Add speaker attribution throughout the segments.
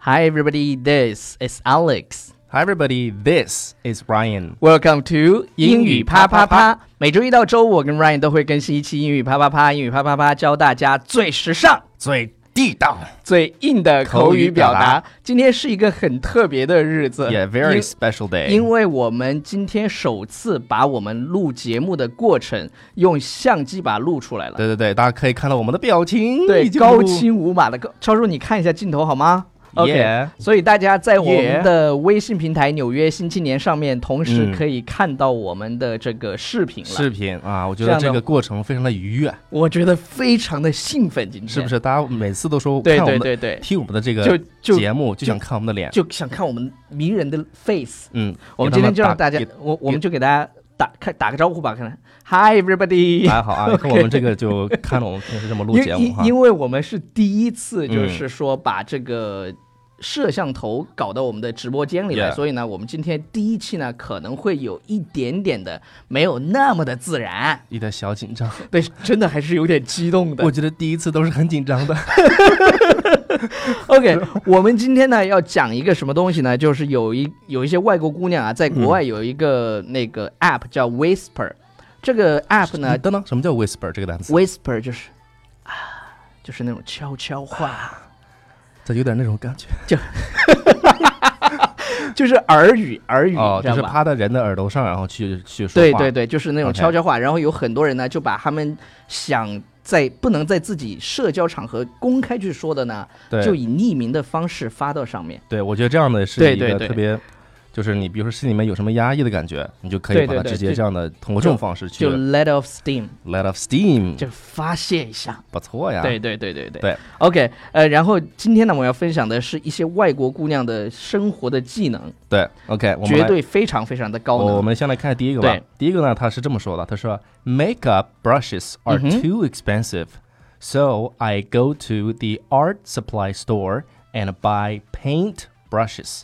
Speaker 1: Hi, everybody. This is Alex.
Speaker 2: Hi, everybody. This is Ryan.
Speaker 1: Welcome to 英
Speaker 2: 英
Speaker 1: 语
Speaker 2: 语
Speaker 1: 啪啪
Speaker 2: 啪啪
Speaker 1: 啪
Speaker 2: 啪。
Speaker 1: 每周一到周五，我跟 Ryan 都会更新一期英语啪啪啪。英语啪啪啪教大家最时尚、
Speaker 2: 最地道
Speaker 1: 最硬的口
Speaker 2: 口
Speaker 1: 语
Speaker 2: 语
Speaker 1: 表
Speaker 2: 表达
Speaker 1: 达。今天是一个很特别的日子
Speaker 2: ，Yeah,
Speaker 1: 因
Speaker 2: very special day.
Speaker 1: 因为我们今天首次把我们录节目的过程用相机把它录出来了。
Speaker 2: 对对对，大家可以看到我们的表情，
Speaker 1: 对
Speaker 2: 嗯已，经
Speaker 1: 高
Speaker 2: 录
Speaker 1: 清无码的高，超叔，你看一下镜头好吗？OK，、
Speaker 2: Yeah
Speaker 1: 所以大家在我们
Speaker 2: Yeah
Speaker 1: 的微信平台《纽约新青年》上面，同时
Speaker 2: 嗯
Speaker 1: 可以看到我们的这个视频了。
Speaker 2: 视频啊，我觉
Speaker 1: 这
Speaker 2: 得
Speaker 1: 样的
Speaker 2: 这个过程非常的愉悦，
Speaker 1: 我觉得非常的兴奋，今天
Speaker 2: 是不？是？大家每次都说
Speaker 1: 对
Speaker 2: 看我们
Speaker 1: 对
Speaker 2: 的
Speaker 1: 对对
Speaker 2: 听我们的这
Speaker 1: 就
Speaker 2: 个
Speaker 1: 就
Speaker 2: 节目就想看我们的脸，
Speaker 1: 就想看我们迷人的 face。
Speaker 2: 嗯，
Speaker 1: 我们
Speaker 2: 给
Speaker 1: 今
Speaker 2: 他
Speaker 1: 天就让
Speaker 2: 打
Speaker 1: 大家
Speaker 2: 给，
Speaker 1: 我我们就给大家打开打个招呼吧，可能 Hi everybody。
Speaker 2: 还好 啊，看我们这个就看了我们平时这么录
Speaker 1: 因
Speaker 2: 节目
Speaker 1: 因
Speaker 2: 哈，
Speaker 1: 因为我们是第一次，就
Speaker 2: 嗯
Speaker 1: 是说把这个摄像头搞到我们的直播间里来，
Speaker 2: Yeah
Speaker 1: 所以呢，我们今天第一期呢可能会有一点点的没有那么的自 然，
Speaker 2: 有点小紧张，
Speaker 1: 对，真的还是有点激动的
Speaker 2: 我。觉得第一次都是很紧张的。
Speaker 1: OK，我们今天呢要讲一个什么东西呢？就是有一有一些外国姑娘啊，在国外有一个那个 app 叫 Whisper，这个 app 呢
Speaker 2: 等等，什么叫 whisper 这个单词？
Speaker 1: ，Whisper 就是啊，就是那种悄悄话。
Speaker 2: 啊这有点那种感觉
Speaker 1: 就是耳语，耳语，
Speaker 2: 哦，
Speaker 1: 你知
Speaker 2: 就
Speaker 1: 道
Speaker 2: 是
Speaker 1: 吧？
Speaker 2: 趴在人的耳朵上，然后去去说
Speaker 1: 对
Speaker 2: 话。
Speaker 1: 对对，就是那种
Speaker 2: OK
Speaker 1: 悄悄话。然后有很多人呢，就把他们想在不能在自己社交场合公开去说的呢，
Speaker 2: 对
Speaker 1: 就以匿名的方式发到上面。
Speaker 2: 对，我觉得这样的是
Speaker 1: 对
Speaker 2: 一
Speaker 1: 对
Speaker 2: 个
Speaker 1: 对
Speaker 2: 特别，就是你比如说心里面有什么压抑的感觉，你就可
Speaker 1: 对
Speaker 2: 以
Speaker 1: 对
Speaker 2: 把它
Speaker 1: 对
Speaker 2: 直接
Speaker 1: 就
Speaker 2: 这样的通过这种方式去
Speaker 1: 就 let off steam，
Speaker 2: let off steam，
Speaker 1: 就发泄一下。
Speaker 2: 不错呀。
Speaker 1: 对对对对对
Speaker 2: 嗯对
Speaker 1: OK，呃，然后今天呢，我要分享的是一些外国姑娘的生活的技能，
Speaker 2: 对，OK，我们
Speaker 1: 绝
Speaker 2: 来。
Speaker 1: 对非常非常的高
Speaker 2: 我我
Speaker 1: 能。
Speaker 2: 们先来看第一个吧
Speaker 1: 对。
Speaker 2: 第一个呢，他是这么说的：他说，makeup brushes are
Speaker 1: 嗯哼
Speaker 2: too expensive, so I go to the art supply store and buy paint brushes.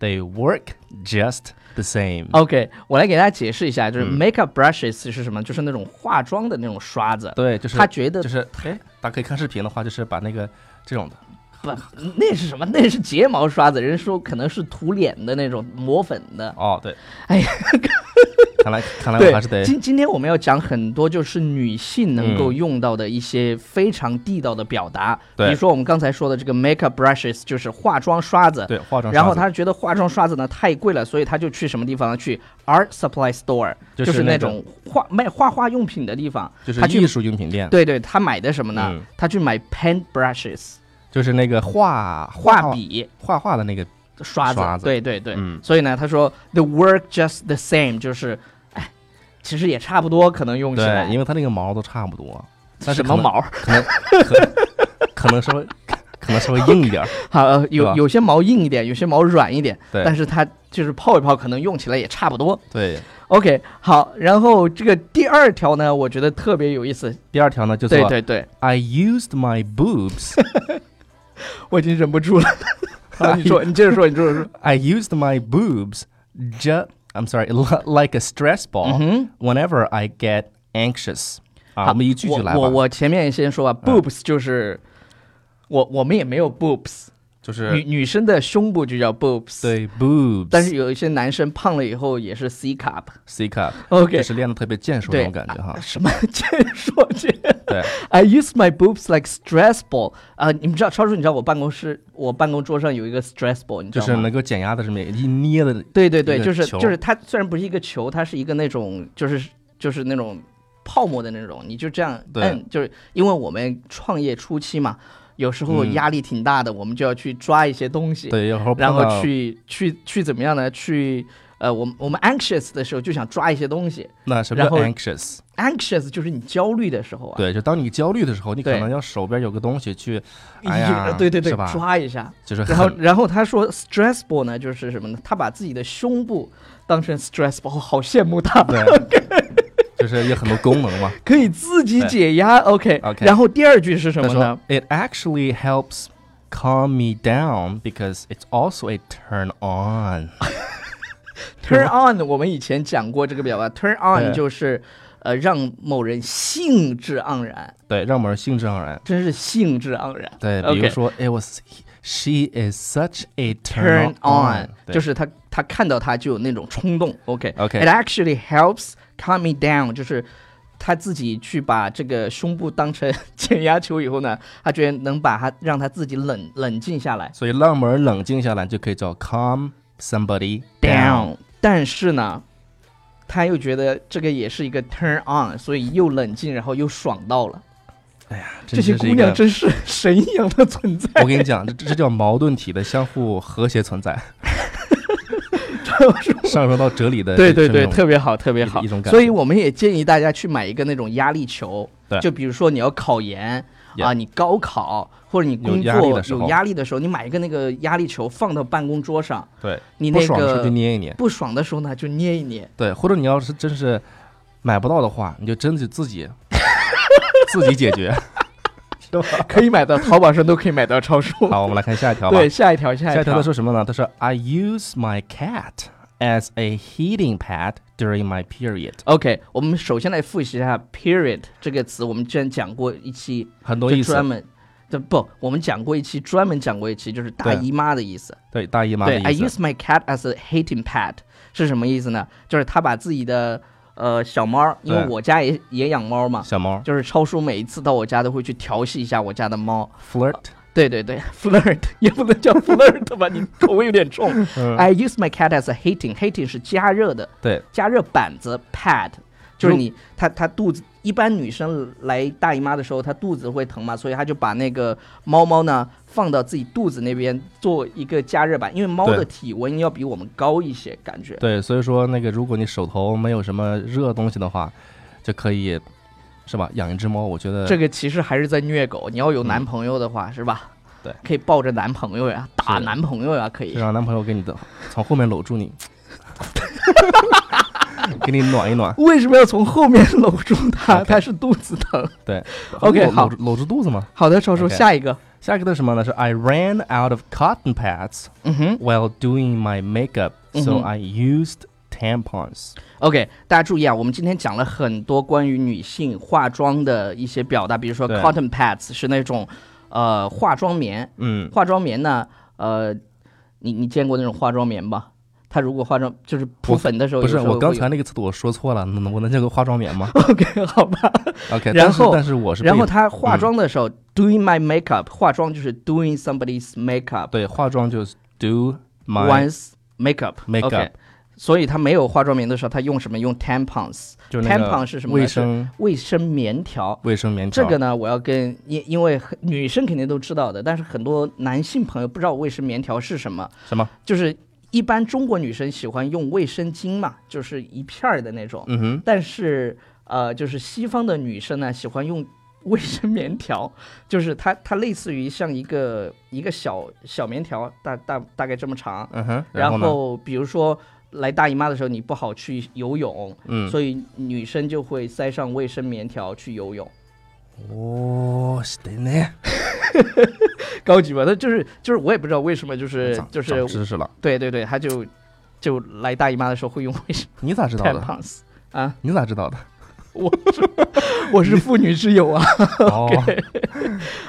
Speaker 2: They work just the same.
Speaker 1: OK，我来给大家解释一下，就是
Speaker 2: 嗯
Speaker 1: makeup brushes 是什么？就是那种化妆的那种刷子。
Speaker 2: 对，就是
Speaker 1: 他觉得
Speaker 2: 就是哎，大家可以看视频的话，就是把那个这种的，
Speaker 1: 不，那是什么？ 那是睫毛刷子，人家说可能是涂脸的那种抹粉的。
Speaker 2: 哦，对，
Speaker 1: 哎呀，
Speaker 2: 看来看来我
Speaker 1: 对
Speaker 2: 还是得，
Speaker 1: 今今天我们要讲很多就是女性能够用到的一些非常地道的表达，
Speaker 2: 对
Speaker 1: 比如说我们刚才说的这个 makeup brushes 就是化妆刷子，
Speaker 2: 对化妆刷子，
Speaker 1: 然后他觉得化妆刷子呢太贵了，所以他就去什么地方呢？去 art supply store，
Speaker 2: 就是是
Speaker 1: 那
Speaker 2: 那
Speaker 1: 种画卖画画用品的地方，
Speaker 2: 就是
Speaker 1: 他去
Speaker 2: 艺术用品店，
Speaker 1: 对对，他买的什么呢？
Speaker 2: 嗯
Speaker 1: 他去买 pen brushes
Speaker 2: 就是那个画
Speaker 1: 画笔。
Speaker 2: 画画的那个，
Speaker 1: 刷子，
Speaker 2: 刷子
Speaker 1: 对对对，
Speaker 2: 嗯
Speaker 1: 所以呢，他说 the work just the same，就是，哎，其实也差不多，可能用起来，
Speaker 2: 对，因为它那个毛都差不多，但是
Speaker 1: 什么
Speaker 2: 可能
Speaker 1: 毛儿，
Speaker 2: 可能可可能稍微 可能稍微硬一点儿，
Speaker 1: 好，呃有
Speaker 2: 吧
Speaker 1: 有些毛硬一点，有些毛软一点，
Speaker 2: 对
Speaker 1: 但是它就是泡一泡，可能用起来也差不多。
Speaker 2: 对。
Speaker 1: OK，好，然后这个第二条呢，我觉得特别有意思，
Speaker 2: 第二条呢，就
Speaker 1: 对
Speaker 2: 做
Speaker 1: 对对，
Speaker 2: I used my boobs.
Speaker 1: 我已经忍不住 了，你说，你接着说，你接 着说，
Speaker 2: I used my boobs just I'm sorry, li- like a stress ball whenever I get anxious.
Speaker 1: 嗯
Speaker 2: 啊，
Speaker 1: 好
Speaker 2: 我们一句句来吧。嗯
Speaker 1: 我我前面先说吧，boobs 就是。我我们也没有 boobs，
Speaker 2: 就
Speaker 1: 女
Speaker 2: 是
Speaker 1: 女生的胸部就叫 boobs，
Speaker 2: 对 boobs，
Speaker 1: 但是有一些男生胖了以后也是 C cup。
Speaker 2: C cup
Speaker 1: OK
Speaker 2: 就是练的特别健硕那
Speaker 1: 对，
Speaker 2: 种感觉哈
Speaker 1: 啊、。什么 健硕健
Speaker 2: 对，
Speaker 1: ？I use my boobs like stress ball 啊、你们知道，超叔，你知道我办公室我办公桌上有一个 stress ball，你知
Speaker 2: 就
Speaker 1: 道
Speaker 2: 是
Speaker 1: 吗？
Speaker 2: 能够减压的这么一捏的，
Speaker 1: 对对对，
Speaker 2: 一个
Speaker 1: 就是
Speaker 2: 球
Speaker 1: 就是它虽然不是一个球，它是一个那种就是就是那种泡沫的那种，你就这样
Speaker 2: 对
Speaker 1: 摁，就是因为我们创业初期嘛，有时候
Speaker 2: 嗯
Speaker 1: 压力挺大的，我们就要去抓一些东西，
Speaker 2: 对，然后
Speaker 1: 然
Speaker 2: 碰
Speaker 1: 后
Speaker 2: 到
Speaker 1: 去去去怎么样呢？去呃，我们我们 anxious 的时候就想抓一些东西。
Speaker 2: 那什么叫
Speaker 1: 然后
Speaker 2: anxious？
Speaker 1: anxious 就是你焦虑的时候啊，
Speaker 2: 对，就当你焦虑的时候，你可
Speaker 1: 对
Speaker 2: 能要手边有个东西去，
Speaker 1: 一，
Speaker 2: 哎呀，
Speaker 1: 对对对
Speaker 2: 是，吧？
Speaker 1: 抓一 下。
Speaker 2: 就是
Speaker 1: 然后
Speaker 2: 很，
Speaker 1: 然后他说 stress ball 呢，就是什么呢？他把自己的胸部当成 stress ball，好羡慕他，
Speaker 2: 对，就是有很多功能嘛。
Speaker 1: 可以自己
Speaker 2: 对
Speaker 1: 解压。OK，
Speaker 2: OK
Speaker 1: 然后第二句是什
Speaker 2: 他
Speaker 1: 么
Speaker 2: 说
Speaker 1: 呢
Speaker 2: ，It actually helps calm me down because it's also a turn on.
Speaker 1: Turn on，我们以前讲过这个表达，turn on
Speaker 2: 对
Speaker 1: 就是呃让某人兴致盎然，
Speaker 2: 对，让我们兴致盎然。对，
Speaker 1: 真是兴致盎然。OK
Speaker 2: 比如说 it was she is such a
Speaker 1: turn
Speaker 2: turn
Speaker 1: on，
Speaker 2: 对，
Speaker 1: 就是哎他他看到他就有那种冲动。OK
Speaker 2: OK
Speaker 1: it actually helps calm me down，就是他自己去把这个胸部当成 减压球以后呢，他觉得能把他让他自己冷冷静下来。
Speaker 2: 所以让我们冷静下来就可以叫 calm somebody down。
Speaker 1: 但是呢，他又觉得这个也是一个 turn on，所以又冷静，然后又爽到了。这些姑娘真是神一样的存在。
Speaker 2: 我跟你讲，这这这叫矛盾体的相互和谐 存在，上升到哲理的
Speaker 1: 对对
Speaker 2: 这这
Speaker 1: 对，
Speaker 2: 种
Speaker 1: 特别好，特别
Speaker 2: 一
Speaker 1: 好
Speaker 2: 一种。感
Speaker 1: 所以
Speaker 2: 受
Speaker 1: 我们也建议大家去买一个那种压力球
Speaker 2: 对，
Speaker 1: 就比如说你要考研
Speaker 2: Yeah
Speaker 1: 啊，你高考或者你工
Speaker 2: 有压力
Speaker 1: 作
Speaker 2: 的时候
Speaker 1: 有压力的时候，你买一个那个压力球放到办公桌上，
Speaker 2: 对，
Speaker 1: 你
Speaker 2: 不
Speaker 1: 那
Speaker 2: 爽的时候就
Speaker 1: 个
Speaker 2: 捏一捏，
Speaker 1: 不爽的时候呢就捏一 捏。
Speaker 2: 对，或者你要是真是买不到的话，你就真的自己 自己解 决。是吧
Speaker 1: 可以买到淘宝上都可以买到超 市。
Speaker 2: 好，我们来看下一条吧。
Speaker 1: 对，下一条，下
Speaker 2: 下一
Speaker 1: 一
Speaker 2: 条他
Speaker 1: 条。
Speaker 2: 说什么呢？他说 I use my cat as a heating pad during my period。
Speaker 1: OK，我们首先来复习一下 “period” 这个词，我们之前讲过一期，
Speaker 2: 很多意
Speaker 1: 就专
Speaker 2: 思，
Speaker 1: 门，对不，我们讲过一期，专门讲过一期，就是大
Speaker 2: 对
Speaker 1: 姨妈的意思。
Speaker 2: 对大姨妈
Speaker 1: 对哎
Speaker 2: 的
Speaker 1: ，I
Speaker 2: 意
Speaker 1: use
Speaker 2: 思。
Speaker 1: my cat as a hating pet 是什么意思呢？就是他把自己的呃小猫儿，因为
Speaker 2: 对
Speaker 1: 我家也也养猫嘛，
Speaker 2: 小猫
Speaker 1: 就是超叔每一次到我家都会去调戏一下我家的猫。
Speaker 2: flirt，
Speaker 1: 对对 对，flirt 也不能叫 flirt 吧，你口味有点重。
Speaker 2: 嗯
Speaker 1: I use my cat as a hating，hating 是加热的，
Speaker 2: 对
Speaker 1: 加热板子 pad，就是
Speaker 2: 如
Speaker 1: 你她她肚子。一般女生来大姨妈的时候，她肚子会疼嘛，所以她就把那个猫猫呢放到自己肚子那边做一个加热板，因为猫
Speaker 2: 对
Speaker 1: 的体温要比我们高一些，感觉。
Speaker 2: 对，所以说那个如果你手头没有什么热东西的话，就可以是吧？养一只猫，我觉得
Speaker 1: 这个其实还是在虐狗。你要有男朋友的话，是吧？
Speaker 2: 嗯对，
Speaker 1: 可以抱着男朋友呀，打
Speaker 2: 是啊的
Speaker 1: 男朋友呀，可以
Speaker 2: 就。让男朋友给你的从后面搂住 你，给你暖一暖。
Speaker 1: 为什么要从后面搂住它？
Speaker 2: OK
Speaker 1: 它是肚子疼。
Speaker 2: 对
Speaker 1: OK，
Speaker 2: 搂
Speaker 1: 好
Speaker 2: 搂住搂住肚子嘛。
Speaker 1: 好的，超叔
Speaker 2: OK
Speaker 1: 下一个。
Speaker 2: 下一个是什么呢？是 I ran out of cotton pads
Speaker 1: 嗯哼
Speaker 2: while doing my makeup, so
Speaker 1: 嗯哼
Speaker 2: I used tampons.
Speaker 1: ，OK，大家注意啊，我们今天讲了很多关于女性化妆的一些表达，比如说
Speaker 2: 对
Speaker 1: cotton pads 是那种呃化妆棉，
Speaker 2: 嗯，
Speaker 1: 化妆棉呢，呃，你你见过那种化妆棉吧？它如果化妆就是
Speaker 2: 我
Speaker 1: 铺粉的时候，
Speaker 2: 不是，
Speaker 1: 有时候
Speaker 2: 我刚
Speaker 1: 会有
Speaker 2: 才那个词我说错了，能我能叫个化妆棉吗
Speaker 1: OK 好吧。
Speaker 2: ？OK，
Speaker 1: 然
Speaker 2: 但是
Speaker 1: 后
Speaker 2: 但是我是被嗯
Speaker 1: 然后她化妆的时候、d o i n g my makeup，化妆就是 doing somebody's makeup
Speaker 2: 对化妆就是 do my
Speaker 1: one's makeup
Speaker 2: makeup
Speaker 1: OK 所以她没有化妆棉的时候，她用什么？用 tampons，
Speaker 2: 就是那
Speaker 1: tampon
Speaker 2: 个
Speaker 1: 是什么呢
Speaker 2: 卫生
Speaker 1: 卫生棉条。
Speaker 2: 卫生棉条。
Speaker 1: 这个呢，我要跟因因为很女生肯定都知道的，但是很多男性朋友不知道卫生棉条是什么，
Speaker 2: 什么？
Speaker 1: 就是一般中国女生喜欢用卫生巾嘛，就是一片儿的那种，
Speaker 2: 嗯哼，
Speaker 1: 但是呃，就是西方的女生呢喜欢用卫生棉条， 就是它它类似于像一个一个小小棉条，大大大概这么长，
Speaker 2: 嗯哼，
Speaker 1: 然
Speaker 2: 呢？
Speaker 1: 后比如说。来大姨妈的时候，你不好去游泳，
Speaker 2: 嗯，
Speaker 1: 所以女生就会塞上卫生棉条去游泳。
Speaker 2: 哦，是的呢，
Speaker 1: 高级吧，他就是就是我也不知道为什么，就是
Speaker 2: 长
Speaker 1: 就是
Speaker 2: 长知识了。
Speaker 1: 对对对，他就就来大姨妈的时候会用卫生
Speaker 2: 你咋知道的？
Speaker 1: tampons 啊，
Speaker 2: 你咋知 道的？
Speaker 1: 我是妇女之友 啊。
Speaker 2: 哦，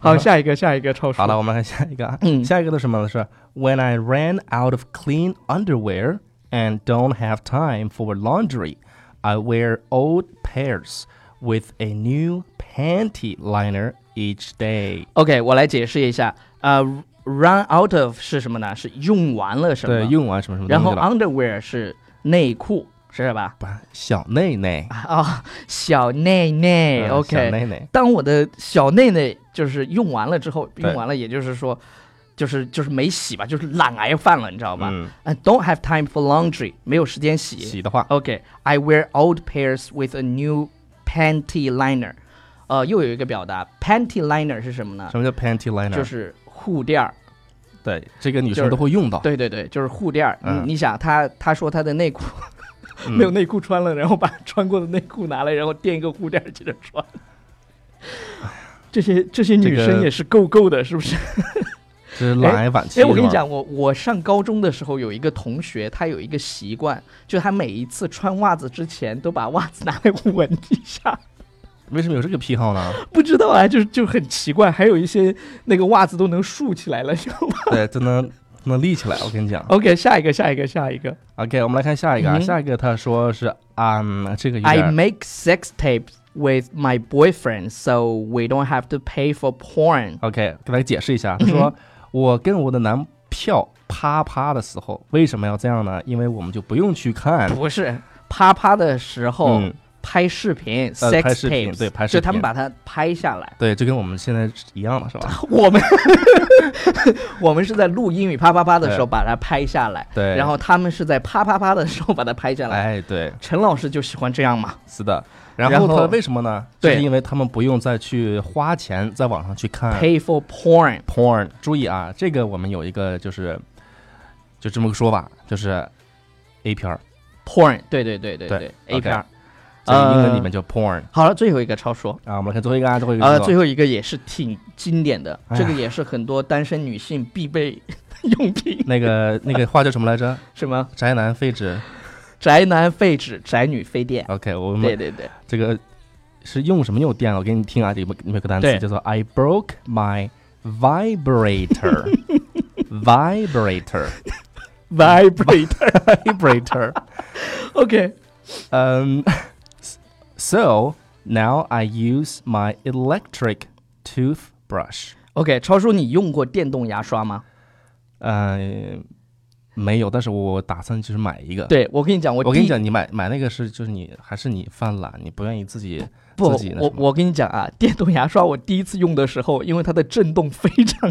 Speaker 1: 好，下一个下一个超叔，
Speaker 2: 好了，我们来看下一个啊。
Speaker 1: 嗯
Speaker 2: 下一个的什么呢？是 When I ran out of clean underwear and don't have time for laundry, I wear old pairs with a new panty liner each day。
Speaker 1: ，OK，我来解释一下，呃，run out of 是什么呢？是用完了什么？
Speaker 2: 对，。用完什么什么
Speaker 1: 然后
Speaker 2: 东西了？
Speaker 1: underwear 是内裤，是吧？
Speaker 2: 把小内内
Speaker 1: 啊、哦，小内内、
Speaker 2: 嗯
Speaker 1: o
Speaker 2: 小
Speaker 1: k
Speaker 2: 内内，
Speaker 1: 当我的小内内就是用完了之后，
Speaker 2: 对
Speaker 1: 用完了，也就是说，就是就是没洗吧，就是懒癌犯了，你知道吧？
Speaker 2: 嗯，
Speaker 1: And don't have time for laundry，没有时间洗。
Speaker 2: 洗的话，
Speaker 1: OK，I、wear old pairs with a new panty liner。呃，又有一个表达，panty liner 是什么呢？
Speaker 2: 什么叫 panty liner？
Speaker 1: 哦就是护垫儿。
Speaker 2: 对，这个女
Speaker 1: 就
Speaker 2: 生
Speaker 1: 是
Speaker 2: 都会用到。
Speaker 1: 对对对，就是护垫儿。
Speaker 2: 哦嗯
Speaker 1: 你你想，他他说他的内裤、
Speaker 2: 嗯
Speaker 1: 没有内裤穿了，然后把穿过的内裤拿来，然后垫一个护垫儿接着穿。这些这些女
Speaker 2: 这
Speaker 1: 生
Speaker 2: 哎个
Speaker 1: 也是够够的，是不是？
Speaker 2: 这是来晚期
Speaker 1: 哎，我
Speaker 2: 是
Speaker 1: 跟你
Speaker 2: 吧，
Speaker 1: 讲，我我上高中的时候有一个同学，他有一个习惯，就他每一次穿袜子之前都把袜子拿来闻一下，
Speaker 2: 为什么有这个癖好呢？
Speaker 1: 不知道啊，就就很奇怪。还有一些那个袜子都能竖起来了， 你知道吗
Speaker 2: 对，真的真的立起来，我跟你讲。
Speaker 1: ？OK，下一个，下一个，下一个。
Speaker 2: OK，我们来看下一个啊，
Speaker 1: 哦嗯
Speaker 2: 下一个他说是啊、嗯，这个有
Speaker 1: I
Speaker 2: 点
Speaker 1: make sex tapes with my boyfriend, so we don't have to pay for porn.
Speaker 2: OK，给大家解释一下，
Speaker 1: 嗯
Speaker 2: 他说、我跟我的男票啪啪的时候，为什么要这样呢？因为我们就不用去看
Speaker 1: 不是啪啪的时候
Speaker 2: 嗯，
Speaker 1: 拍视频、
Speaker 2: 呃
Speaker 1: sex
Speaker 2: 拍视频
Speaker 1: tapes，
Speaker 2: 对拍视
Speaker 1: 就他们
Speaker 2: 频
Speaker 1: 把它拍下来。
Speaker 2: 对，就跟我们现在是一样的，是吧？
Speaker 1: 我们 我们是在录英语啪啪啪的时候把它拍下来，
Speaker 2: 对
Speaker 1: 然后他们是在啪啪啪的时候把它拍下来。
Speaker 2: 哎，对，
Speaker 1: 陈老师就喜欢这样嘛，
Speaker 2: 是的。然
Speaker 1: 然
Speaker 2: 后
Speaker 1: 后
Speaker 2: 他为什么呢？就是
Speaker 1: 对
Speaker 2: 因为他们不用再去花钱在网上去看
Speaker 1: pay for porn。
Speaker 2: porn。注意啊，这个我们有一个就是就这么个说法，就是 A 片儿，
Speaker 1: porn，对对对对
Speaker 2: 对
Speaker 1: 对
Speaker 2: OK
Speaker 1: ，A 片儿。
Speaker 2: 在英文
Speaker 1: 呃
Speaker 2: 里面叫 porn、
Speaker 1: 好了，最后一个超说，
Speaker 2: 啊。我们来看最后一个啊，最后一个
Speaker 1: 呃，
Speaker 2: 是吧
Speaker 1: 最后一个也是挺经典的，
Speaker 2: 哎呀
Speaker 1: 这个也是很多单身女性必备用品，
Speaker 2: 那个那个话叫什么来着？
Speaker 1: 什么
Speaker 2: 宅男废纸。
Speaker 1: 宅男废纸、宅女飞电。
Speaker 2: OK，我
Speaker 1: 对
Speaker 2: 们
Speaker 1: 对对，
Speaker 2: 这个是用什么用电了？我给你听啊，这个有个单词
Speaker 1: 对
Speaker 2: 叫做 I broke my vibrator。vibrator
Speaker 1: vibrator。
Speaker 2: vibrator
Speaker 1: OK，
Speaker 2: um s- so now i use my electric toothbrush
Speaker 1: OK，超叔，你用过电动牙刷吗？
Speaker 2: 嗯、没有但是我打算就是买一个
Speaker 1: 对，我跟你讲，我
Speaker 2: 呃我跟
Speaker 1: 第
Speaker 2: 你
Speaker 1: 一
Speaker 2: 讲，你买买那个是就是你还是你犯懒，你不愿意自己
Speaker 1: 不
Speaker 2: 自己，那
Speaker 1: 我
Speaker 2: 什么
Speaker 1: 我跟你讲啊，电动牙刷我第一次用的时候，因为它的震动非常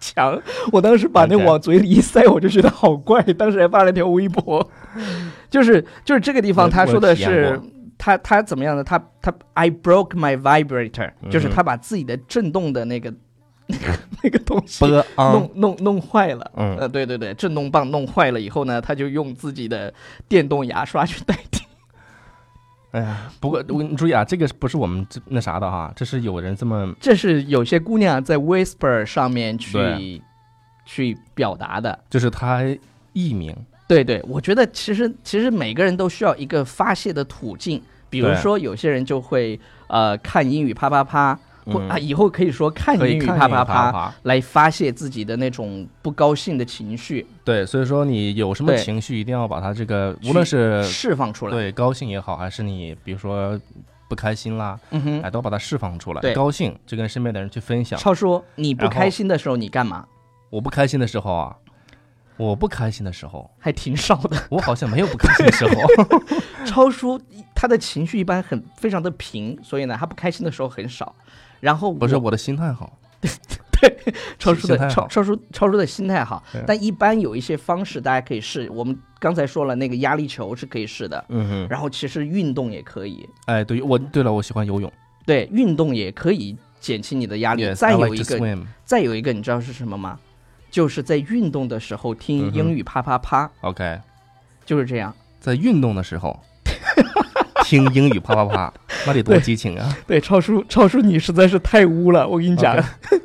Speaker 1: 强，我当时 把那
Speaker 2: OK
Speaker 1: 往嘴里一塞，我就觉得好怪。当时还发了条微博， 就是就是这个地
Speaker 2: 我
Speaker 1: 方，他说
Speaker 2: 我
Speaker 1: 的
Speaker 2: 体验
Speaker 1: 是他他怎么样呢？他他 I broke my vibrator，、就是
Speaker 2: 嗯
Speaker 1: 他把自己的震动的那个 那个东西
Speaker 2: 波昂
Speaker 1: 弄弄弄坏了。
Speaker 2: 嗯
Speaker 1: 呃，对对对，震动棒弄坏了以后呢，他就用自己的电动牙刷去代替。
Speaker 2: 哎呀，不过我你注意啊，这个不是我们这那啥的哈，这是有人这么
Speaker 1: 这是有些姑娘在 Whisper 上面
Speaker 2: 对
Speaker 1: 去去表达的。
Speaker 2: 就是他艺名，
Speaker 1: 对对，我觉得其实其实每个人都需要一个发泄的途径，比如
Speaker 2: 对
Speaker 1: 说有些人就会呃看英语啪啪啪，或、
Speaker 2: 嗯
Speaker 1: 啊以后可以说看
Speaker 2: 可
Speaker 1: 英
Speaker 2: 以
Speaker 1: 语
Speaker 2: 看
Speaker 1: 啪
Speaker 2: 英
Speaker 1: 啪
Speaker 2: 语啪
Speaker 1: 啪。
Speaker 2: 啪。
Speaker 1: 来发泄自己的那种不高兴的情绪，
Speaker 2: 对，所以说你有什么
Speaker 1: 对
Speaker 2: 情绪，一定要把它这个，
Speaker 1: 去
Speaker 2: 无论是
Speaker 1: 释放出来。
Speaker 2: 呃对高兴也好，还是你比如说不开心啦，
Speaker 1: 嗯哼，
Speaker 2: 哎，都把它释放出来。
Speaker 1: 对
Speaker 2: 高兴就跟身边的人去分享。
Speaker 1: 超叔，你不
Speaker 2: 然后
Speaker 1: 开心的时候你干嘛？
Speaker 2: 我不开心的时候啊，我不开心的时候，
Speaker 1: 还挺少的。
Speaker 2: 我好像没有不开心的时候。
Speaker 1: 超叔他的情绪一般很非常的平，所以呢，他不开心的时候很少。然后
Speaker 2: 不是我的心态好，
Speaker 1: 超叔的
Speaker 2: 心态
Speaker 1: 超
Speaker 2: 好
Speaker 1: 超叔超叔的心态好
Speaker 2: 对，
Speaker 1: 但一般有一些方式大家可以试。我们刚才说了，那个压力球是可以试的，
Speaker 2: 嗯哼，
Speaker 1: 然后其实运动也可以，
Speaker 2: 哎，对我对了，我喜欢游泳。
Speaker 1: 对，运动也可以减轻啊你的压力。
Speaker 2: Yes,
Speaker 1: 再
Speaker 2: I
Speaker 1: 有
Speaker 2: like
Speaker 1: 一
Speaker 2: to
Speaker 1: 个，
Speaker 2: swim.
Speaker 1: 再有一个，你知道是什么吗？就是在运动的时候
Speaker 2: 嗯
Speaker 1: 听
Speaker 2: 哼
Speaker 1: 英语啪啪啪，
Speaker 2: OK，
Speaker 1: 就是这样。
Speaker 2: 在运动的时候听英语啪啪啪，那得多
Speaker 1: 对
Speaker 2: 激情啊！
Speaker 1: 对，超叔，超叔，你实在是太污了，我跟你讲
Speaker 2: OK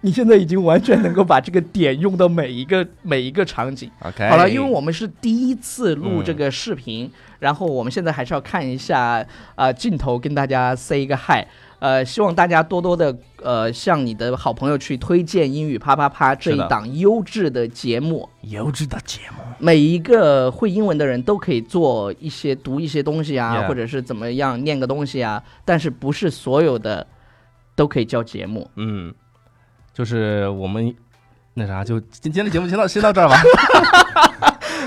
Speaker 1: 你现在已经完全能够把这个点用到每一个每一个场景。
Speaker 2: OK，
Speaker 1: 好了，因为我们是第一次录
Speaker 2: 哎嗯
Speaker 1: 这个视频，然后我们现在还是要看一下啊、呃镜头，跟大家 say 一个 hi。呃，希望大家多多的呃向你的好朋友去推荐《英语啪啪啪》这
Speaker 2: 是
Speaker 1: 一
Speaker 2: 的
Speaker 1: 档优质的节目。
Speaker 2: 优质的节目，
Speaker 1: 每一个会英文的人都可以做一些读一些东西啊
Speaker 2: Yeah
Speaker 1: 或者是怎么样念个东西啊，但是不是所有的都可以叫节目。
Speaker 2: 嗯，就是我们那啥，就今天的节目先到先到这儿吧。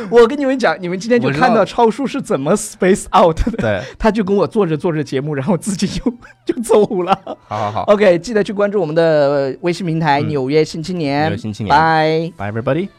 Speaker 1: 我跟你们讲，你们今天就
Speaker 2: 我知道
Speaker 1: 看到超叔是怎么 space out 的，
Speaker 2: 对，
Speaker 1: 他就跟我做着做着节目，然后自己就 就走了。
Speaker 2: 好好
Speaker 1: 哦
Speaker 2: 好
Speaker 1: OK，记得去关注我们的呃微信平台《
Speaker 2: 嗯
Speaker 1: 纽约新青年
Speaker 2: 纽约新》青年
Speaker 1: 拜。
Speaker 2: ，Bye everybody。